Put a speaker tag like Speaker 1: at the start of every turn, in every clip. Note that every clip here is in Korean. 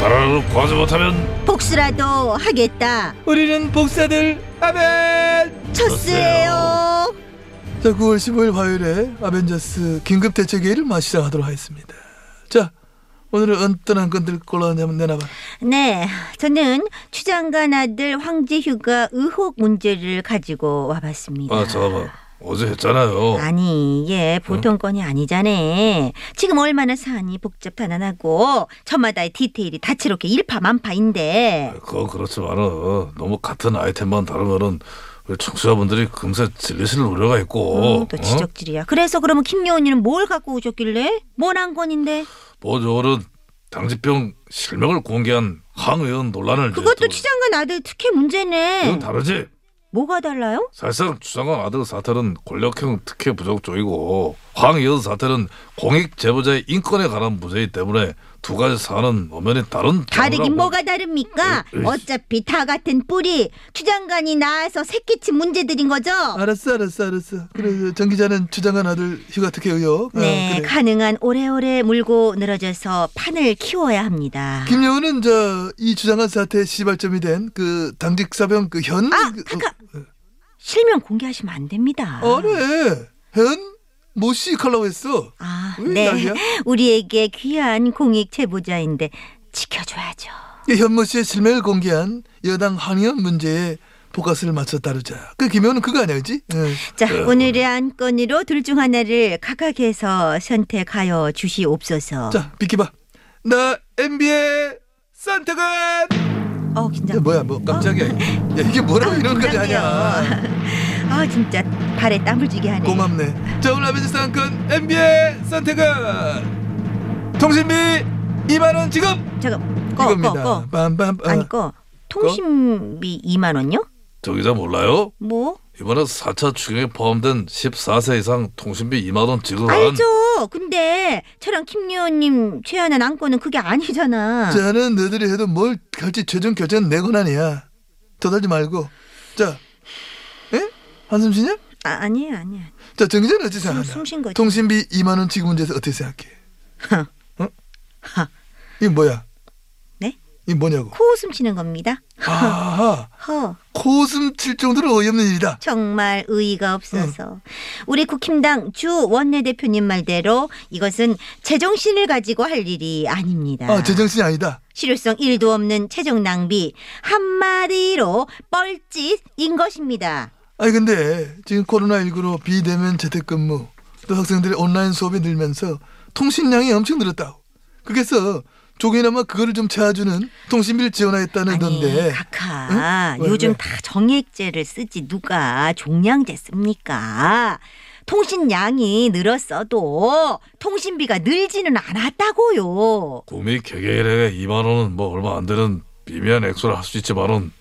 Speaker 1: 나라를 구하지 못하면
Speaker 2: 복수라도 하겠다.
Speaker 3: 우리는 복사들 아멘.
Speaker 2: 첫스예요.
Speaker 3: 자, 9월 15일 화요일에 아벤져스 긴급 대책회의를 마 시작하도록 하겠습니다. 자, 오늘은 언뜻한 건들 골라 한번 내놔봐.
Speaker 2: 네, 저는 추장관 아들 황제휴가 의혹 문제를 가지고 와봤습니다.
Speaker 1: 아 잠깐만 어제 했잖아요
Speaker 2: 네. 아니, 이게 보통 건이 아니잖아. 지금 얼마나 사안이 복잡다난하고 저마다의 디테일이 다채롭게 일파만파인데.
Speaker 1: 그건 그렇지만은 너무 같은 아이템만 다루면은 우리 청취자분들이 금세 질리실 우려가 있고 어?
Speaker 2: 음, 또 지적질이야. 그래서 그러면 김여은이는 뭘 갖고 오셨길래? 뭘 한 건인데?
Speaker 1: 뭐저거는 당직병 실명을 공개한 항 의원 논란을
Speaker 2: 그것도
Speaker 1: 이제 또-
Speaker 2: 추장관 아들 특혜 문제네.
Speaker 1: 이건 다르지
Speaker 2: 뭐가 달라요?
Speaker 1: 사실상 추장관 아들 사태는 권력형 특혜 부족 쪽이고 황 의원 사태는 공익 제보자의 인권에 관한 문제이기 때문에 두 가지 사안은 엄연히 다른
Speaker 2: 다르긴
Speaker 1: 장르라고.
Speaker 2: 뭐가 다릅니까?
Speaker 1: 으, 으.
Speaker 2: 어차피 다 같은 뿌리. 추장관이 나와서 새끼친 문제들인 거죠?
Speaker 3: 알았어, 알았어, 알았어. 그래, 정 기자는 추장관 아들 휴가 특혜 의혹. 어,
Speaker 2: 음. 네,
Speaker 3: 그래.
Speaker 2: 가능한 오래오래 물고 늘어져서 판을 키워야 합니다.
Speaker 3: 김여우는 저 이 추장관 사태의 시발점이 된 그 당직 사병 그 현.
Speaker 2: 아,
Speaker 3: 그-
Speaker 2: 잠깐. 실명 공개하시면 안 됩니다.
Speaker 3: 어, 그래. 현 모씨 칼라고 했어.
Speaker 2: 아,
Speaker 3: 왜
Speaker 2: 네.
Speaker 3: 난리야?
Speaker 2: 우리에게 귀한 공익 제보자인데 지켜줘야죠.
Speaker 3: 이 현모 씨의 실명을 공개한 여당 항의원 문제에 포커스를 맞춰 다루자. 그 김여우는 그거 아니야, 그지? 예.
Speaker 2: 자, 오늘의 안건으로 둘 중 하나를 각각에서 선택하여 주시옵소서.
Speaker 3: 자, 비키봐. 나 NBA 산타가
Speaker 2: 어,
Speaker 3: 야,
Speaker 2: 긴장.
Speaker 3: 뭐야, 뭐 깜짝이야. 야, 이게 뭐라고
Speaker 2: 아,
Speaker 3: 이런 거지
Speaker 2: 긴장돼요.
Speaker 3: 아니야.
Speaker 2: 아, 진짜 발에 땀을 쥐게 하네.
Speaker 3: 고맙네. 자, 오늘 아베지 상권 NBA 산타가 통신비 2만 원 지급
Speaker 2: 잠깐. 꺼, 꺼,
Speaker 3: 이겁니다.
Speaker 2: 꺼.
Speaker 3: 빰빰.
Speaker 2: 아니, 꺼. 통신비 2만 원요?
Speaker 1: 저 기자 몰라요?
Speaker 2: 뭐?
Speaker 1: 이번에 4차 추경에 포함된 14세 이상 통신비 2만 원 지급한
Speaker 2: 알죠. 근데 저랑 김여원님 최연한 안건은 그게 아니잖아.
Speaker 3: 저는 너들이 해도 뭘 할지 최종 결정은 내 권한이야. 도달지 말고. 자, 에? 한숨 쉬냐?
Speaker 2: 아, 아니에요, 아니에요.
Speaker 3: 자, 정기자는 어떻게 생각하냐?
Speaker 2: 숨쉰 거지.
Speaker 3: 통신비 2만 원 지급 문제에서 어떻게 생각해?
Speaker 2: 하,
Speaker 3: 이게 뭐야?
Speaker 2: 네?
Speaker 3: 이게 뭐냐고?
Speaker 2: 코웃음 치는 겁니다.
Speaker 3: 아하,
Speaker 2: 허,
Speaker 3: 코웃음 칠 정도로 어이없는 일이다.
Speaker 2: 정말 의의가 없어서. 우리 국힘당 주 원내대표님 말대로 이것은 제정신을 가지고 할 일이 아닙니다.
Speaker 3: 아, 제정신이 아니다.
Speaker 2: 실효성 1도 없는 최종 낭비. 한마디로 뻘짓인 것입니다.
Speaker 3: 아니 근데 지금 코로나19로 비대면 재택근무 또 학생들의 온라인 수업이 늘면서 통신량이 엄청 늘었다고. 그래서 조금이나마 그거를 좀 채워주는 통신비를 지원하겠다는
Speaker 2: 아니,
Speaker 3: 건데
Speaker 2: 카카.
Speaker 3: 응? 왜,
Speaker 2: 요즘
Speaker 3: 왜?
Speaker 2: 다 정액제를 쓰지 누가 종량제 씁니까? 통신량이 늘었어도 통신비가 늘지는 않았다고요.
Speaker 1: 구미 개개인에게 2만 원은 뭐 얼마 안 되는 미미한 액수라 할 수 있지만은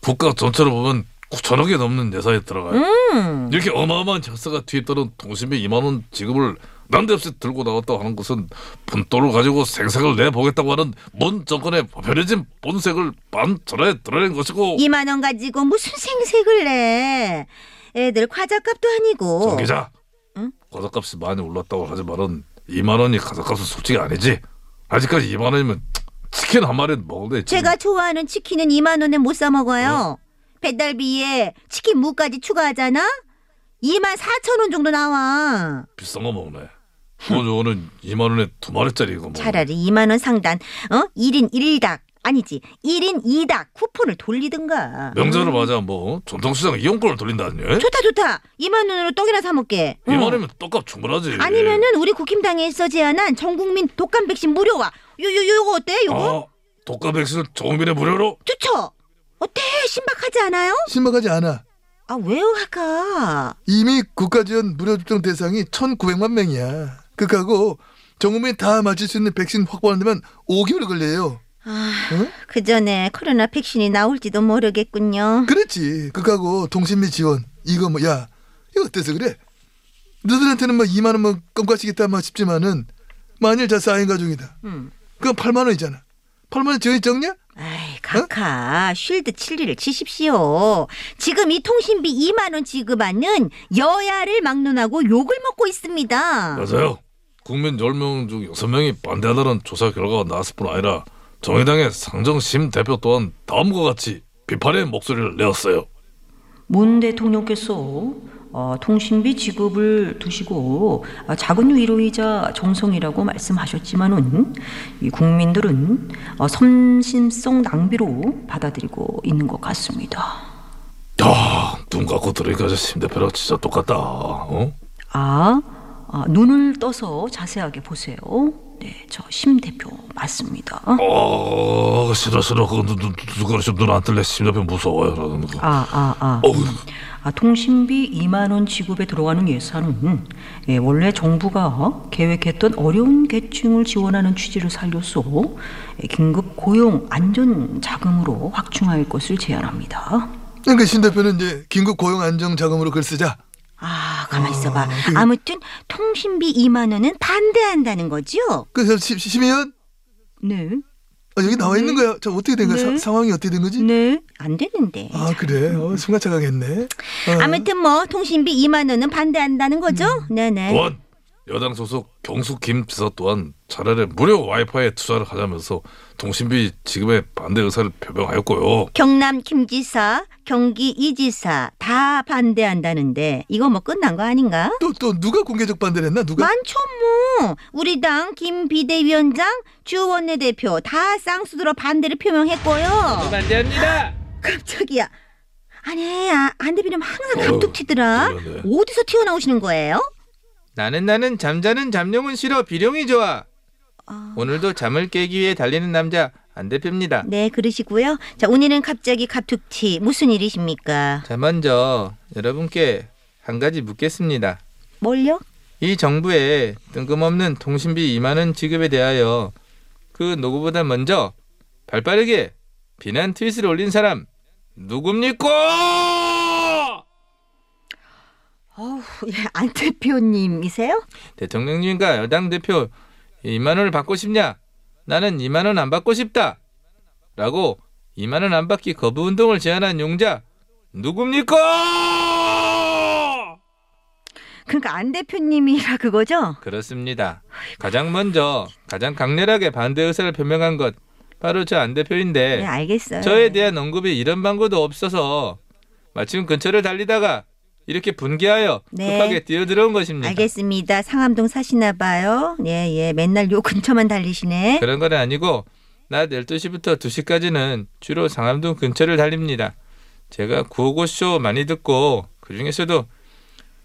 Speaker 1: 국가 전체로 보면 9천억이 넘는 예산이 들어가요.
Speaker 2: 음.
Speaker 1: 이렇게 어마어마한 절차가 뒤에 따른 통신비 2만 원 지급을 난데없이 들고 나왔다고 하는 것은 분돈을 가지고 생색을 내보겠다고 하는 문 정권의 편해진 본색을 반전에 드러낸 것이고
Speaker 2: 2만 원 가지고 무슨 생색을 내. 애들 과자값도 아니고.
Speaker 1: 정 기자
Speaker 2: 어. 응?
Speaker 1: 과자값이 많이 올랐다고 하지만은 2만 원이 과자값은 솔직히 아니지 아직까지 2만 원이면 치킨 한 마리 먹는데
Speaker 2: 제가 좋아하는 치킨은 2만 원에 못 사 먹어요. 배달비에 치킨 무까지 추가하잖아. 2만 4천 원 정도 나와.
Speaker 1: 비싼 거 먹네 뭐 저거는 2만 원에 두 마리짜리 이거 먹네
Speaker 2: 차라리 2만 원 상단 어? 1인 1닭 아니지. 1인 2닭 쿠폰을 돌리든가.
Speaker 1: 명절을 맞아 뭐 전통시장 이용권을 돌린다니 예?
Speaker 2: 좋다 좋다. 2만 원으로 떡이나 사 먹게. 어.
Speaker 1: 2만 원이면 떡값 충분하지
Speaker 2: 아니면은 우리 국힘당에서 제안한 전 국민 독감 백신 무료화. 요요 요거 어때? 요거?
Speaker 1: 아 독감 백신을 정민의 무료로
Speaker 2: 좋죠. 어때? 신박하지 않아요?
Speaker 3: 신박하지 않아.
Speaker 2: 아 왜요 아까?
Speaker 3: 이미 국가지원 무료 접종 대상이 1,900만 명이야. 그하고 전 국민이 다 맞을 수 있는 백신 확보하는 데만 5개월 걸려요.
Speaker 2: 아,
Speaker 3: 응?
Speaker 2: 그 전에 코로나 백신이 나올지도 모르겠군요.
Speaker 3: 그렇지. 그거하고 동심미 지원 이거 뭐 야 이거 어때서 그래? 너들한테는 막 2만 원만 뭐 껌가시겠다 막 싶지만은 만일 자 4인 가족이다.
Speaker 2: 음.
Speaker 3: 그건 8만 원이잖아. 8만 원 지원이 적냐?
Speaker 2: 아이, 각하, 쉴드 칠리를 치십시오. 지금 이 통신비 2만원 지급하는 여야를 막론하고 욕을 먹고 있습니다.
Speaker 4: 어,
Speaker 1: 맞아요. 국민 10명 중 6명이 반대하다는 조사 결과가 나왔을 뿐 아니라 정의당의 상정심 대표 또한 다음과 같이 비판의 목소리를 내었어요.
Speaker 4: 문 대통령께서 어, 통신비 지급을 두시고 아, 작은 위로이자 정성이라고 말씀하셨지만은 이 국민들은 어, 섬심성 낭비로 받아들이고 있는 것 같습니다.
Speaker 1: 야, 눈 감고 들으니까 저 심 대표랑 진짜 똑같다. 어?
Speaker 4: 아, 아, 눈을 떠서 자세하게 보세요. 네, 저 심 대표 맞습니다.
Speaker 1: 어, 아, 싫어 싫어. 그거 눈, 눈, 눈, 그러시 눈안 뜰래. 심 대표 무서워요. 라는 거.
Speaker 4: 아, 아, 아.
Speaker 1: 어우.
Speaker 4: 아, 통신비 2만 원 지급에 들어가는 예산은 예, 원래 정부가 계획했던 어려운 계층을 지원하는 취지를 살려서 예, 긴급 고용 안전 자금으로 확충할 것을 제안합니다.
Speaker 3: 그러니까 신 대표는 이제 긴급 고용 안정 자금으로 글 쓰자.
Speaker 2: 아, 가만 있어봐.
Speaker 4: 네.
Speaker 2: 아무튼 통신비 2만원은 반대한다는 거죠?
Speaker 3: 그래서 시- 시- 심의원
Speaker 4: 네,
Speaker 3: 아, 여기 나와 있는 거야. 저 어떻게 된 거야? 사-
Speaker 4: 네.
Speaker 3: 상황이 어떻게 된 거지?
Speaker 4: 네.
Speaker 2: 안 되는데.
Speaker 3: 아 그래. 어, 순간 착각했네. 아.
Speaker 2: 아무튼 뭐 통신비 2만원은 반대한다는 거죠?
Speaker 3: 음.
Speaker 2: 네네.
Speaker 1: 또한 여당 소속 경수 김 지사 또한 차라리 무료 와이파이에 투자를 하자면서 통신비 지급에 반대 의사를 표명하였고요.
Speaker 2: 경남 김지사, 경기 이지사 다 반대한다는데 이거 뭐 끝난 거 아닌가?
Speaker 3: 또, 또 누가 공개적 반대를 했나? 누가?
Speaker 2: 많죠 뭐 우리 당 김 비대위원장 주 원내대표 다 쌍수들어 반대를 표명했고요
Speaker 5: 반대합니다.
Speaker 2: 깜짝이야 아니 아, 안 대표님 항상
Speaker 1: 어우,
Speaker 2: 감독 튀더라
Speaker 1: 그러네.
Speaker 2: 어디서 튀어나오시는 거예요?
Speaker 5: 나는 나는 잠자는 잠룡은 싫어 비룡이 좋아. 오늘도 잠을 깨기 위해 달리는 남자 안 대표입니다.
Speaker 2: 네 그러시고요 자 오늘은 갑자기 갑툭튀 무슨 일이십니까?
Speaker 5: 자 먼저 여러분께 한 가지 묻겠습니다.
Speaker 2: 뭘요?
Speaker 5: 이 정부의 뜬금없는 통신비 2만 원 지급에 대하여 그 누구보다 먼저 발빠르게 비난 트윗을 올린 사람 누굽니까?
Speaker 2: 어우 예, 안 대표님이세요?
Speaker 5: 대통령님과 여당 대표 2만 원을 받고 싶냐? 나는 2만 원 안 받고 싶다. 라고 2만 원 안 받기 거부 운동을 제안한 용자 누굽니까?
Speaker 2: 그러니까 안 대표님이라 그거죠?
Speaker 5: 그렇습니다. 가장 먼저 가장 강렬하게 반대 의사를 표명한 것 바로 저 안 대표인데
Speaker 2: 네 알겠어요
Speaker 5: 저에 대한 언급이 이런 방구도 없어서 마침 근처를 달리다가 이렇게 분개하여
Speaker 2: 네.
Speaker 5: 급하게 뛰어들어온 것입니다.
Speaker 2: 알겠습니다 상암동 사시나 봐요 네, 예예 맨날 요 근처만 달리시네
Speaker 5: 그런 건 아니고 낮 12시부터 2시까지는 주로 상암동 근처를 달립니다. 제가 구호고쇼 많이 듣고 그중에서도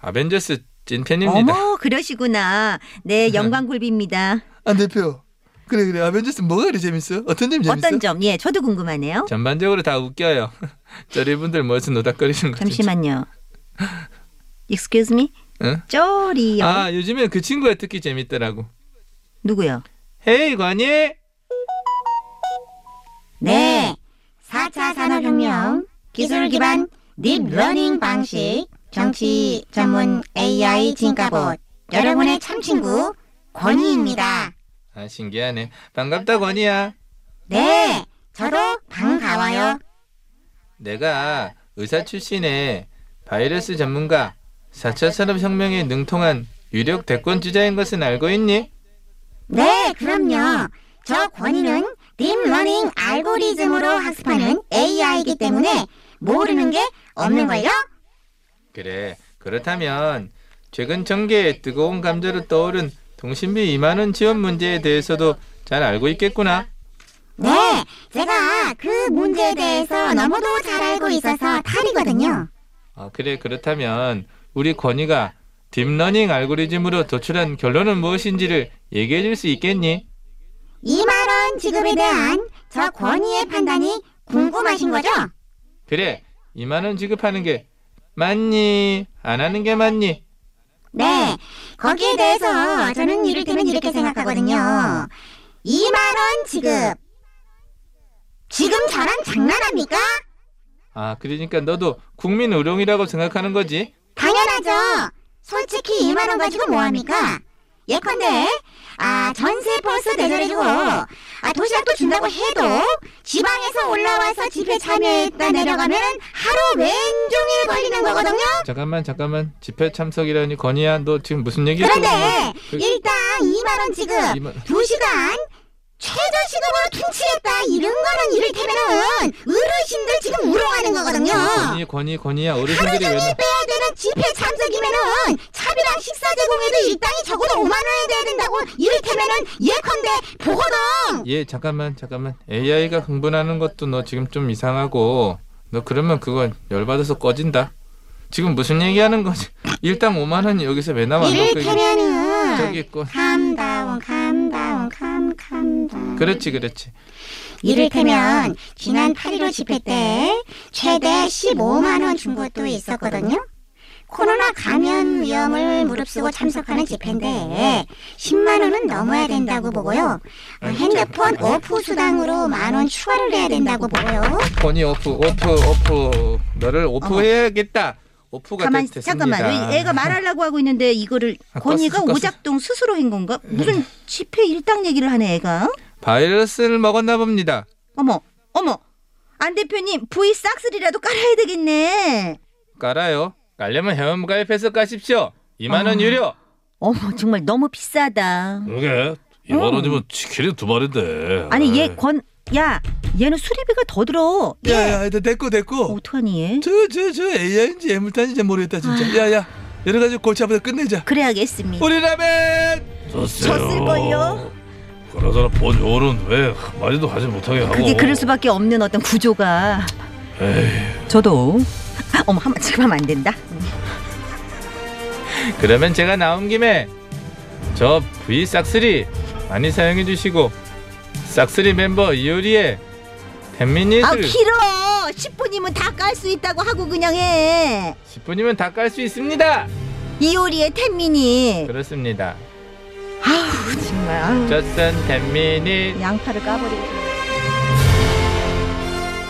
Speaker 5: 아벤져스 찐팬입니다.
Speaker 2: 어머 그러시구나. 네 영광굴비입니다.
Speaker 3: 안 대표. 그래 그래. 아벤져스 뭐가 그리 재밌어? 어떤 점이 재밌어?
Speaker 2: 어떤 점? 예 저도 궁금하네요.
Speaker 5: 전반적으로 다 웃겨요. 저리분들 무슨 노닥거리는 거죠?
Speaker 2: 잠시만요. Excuse me.
Speaker 5: 응?
Speaker 2: 쪼리요.
Speaker 5: 아 요즘엔 그 친구가 특히 재밌더라고.
Speaker 2: 누구요?
Speaker 5: 헤이 관이
Speaker 6: 네. 4차 산업혁명, 기술 기반 딥러닝 방식, 정치 전문 AI 진가봇, 여러분의 참친구 권희입니다.
Speaker 5: 아 신기하네. 반갑다 권이야.
Speaker 6: 네, 저도 반가워요.
Speaker 5: 내가 의사 출신의 바이러스 전문가 4차 산업혁명에 능통한 유력 대권 주자인 것은 알고 있니?
Speaker 6: 네, 그럼요. 저 권희는 딥러닝 알고리즘으로 학습하는 AI이기 때문에 모르는 게 없는걸요?
Speaker 5: 그래 그렇다면 최근 전개에 뜨거운 감자로 떠오른 통신비 2만원 지원 문제에 대해서도 잘 알고 있겠구나
Speaker 6: 네, 제가 그 문제에 대해서 너무도 잘 알고 있어서 탈이거든요.
Speaker 5: 아, 그래 그렇다면 우리 권위가 딥러닝 알고리즘으로 도출한 결론은 무엇인지를 얘기해 줄 수 있겠니?
Speaker 6: 2만원 지급에 대한 저 권희의 판단이 궁금하신 거죠?
Speaker 5: 그래 2만원 지급하는 게 맞니 안 하는 게 맞니
Speaker 6: 네, 거기에 대해서 저는 이를테면 이렇게 생각하거든요. 2만원 지급. 지금 저랑 장난합니까?
Speaker 5: 아, 그러니까 너도 국민 의료이라고 생각하는 거지?
Speaker 6: 당연하죠. 솔직히 2만 원 가지고 뭐 합니까? 예컨대 아 전세 벌써 대절해주고 아 도시락도 준다고 해도 지방에서 올라와서 집회 참여했다 내려가면 하루 왼종일 걸리는 거거든요.
Speaker 5: 잠깐만, 잠깐만. 집회 참석이라니 건희야, 너 지금 무슨 얘기야?
Speaker 6: 그런데
Speaker 5: 그-
Speaker 6: 일당 2만 원 지급,
Speaker 5: 이만-
Speaker 6: 2시간 최저 시급으로 퉁치겠다 이런 거는 이를테면은 어르신들 지금 우롱하는 거거든요.
Speaker 5: 건희, 건희, 건희야.
Speaker 6: 하루
Speaker 5: 어르신들이 왜
Speaker 6: 종일
Speaker 5: 나...
Speaker 6: 빼야 되는 집회 참석이면은 차비랑 식사 제공에도 일당이 적어도 5만 원이 돼야 된다고 이를테면은 예컨대 보거든
Speaker 5: 예, 잠깐만, 잠깐만. AI가 흥분하는 것도 너 지금 좀 이상하고, 너 그러면 그건 열받아서 꺼진다. 지금 무슨 얘기하는 거지? 일당 5만 원이 여기서 왜 나와? 너 그- 저기
Speaker 6: 이를테면은
Speaker 5: 있고.
Speaker 6: 감다운 감다운 감 감다운
Speaker 5: 그렇지, 그렇지.
Speaker 6: 이를테면 지난 8.15 집회 때 최대 15만 원 준 것도 있었거든요. 코로나 감염 위험을 무릅쓰고 참석하는 집회인데 10만 원은 넘어야 된다고 보고요. 어, 핸드폰 오프 수당으로 만 원 추가를 해야 된다고 보고요.
Speaker 5: 건희 오프, 오프, 오프. 너를 오프해야겠다. 오프가
Speaker 2: 가만
Speaker 5: 됐, 습니다
Speaker 2: 잠깐만 왜 애가 말하려고 하고 있는데 이거를
Speaker 5: 아,
Speaker 2: 건이가
Speaker 5: 껐어, 껐어.
Speaker 2: 오작동 스스로 한 건가? 무슨 집회 일당 얘기를 하네 애가?
Speaker 5: 바이러스를 먹었나 봅니다.
Speaker 2: 어머 어머 안 대표님 부이 싹쓸이라도 깔아야 되겠네.
Speaker 5: 깔아요. 깔려면 회원 가입해서 까십시오. 2만
Speaker 2: 아.
Speaker 5: 원 유료.
Speaker 2: 어머 정말 너무 비싸다.
Speaker 1: 그게 2만 원이면 치킨이 두 마리인데.
Speaker 2: 음. 아니 얘 건 야 얘는 수리비가 더 들어. 얘
Speaker 3: 야야 됐고 됐고
Speaker 2: 어떡하니 얘?
Speaker 3: 저 저 저 AI인지 애물단지인지 모르겠다
Speaker 2: 아.
Speaker 3: 진짜 야야 여러 가지 골치 아프다 끝내자
Speaker 2: 그래야겠습니다.
Speaker 5: 우리 라멘!
Speaker 1: 졌어요.
Speaker 2: 졌을걸요?
Speaker 1: 그러잖아 본 요원은 왜 한마디도 하지 못하게 하고.
Speaker 2: 그게 그럴 수밖에 없는 어떤 구조가.
Speaker 4: 저도
Speaker 2: 아, 어머 한번 지금 하면 안 된다.
Speaker 5: 그러면 제가 나온 김에 저 V 싹쓸이 많이 사용해 주시고 싹쓸이 멤버 이효리의
Speaker 2: 아
Speaker 5: 팬미닛을
Speaker 2: 길어. 10분이면 다 깔 수 있다고 하고 그냥 해.
Speaker 5: 10분이면 다 깔 수 있습니다.
Speaker 2: 이효리의 텐미니.
Speaker 5: 그렇습니다.
Speaker 2: 아우 정말 아우,
Speaker 5: 저선 팬미닛 네.
Speaker 2: 양파를 까버리고.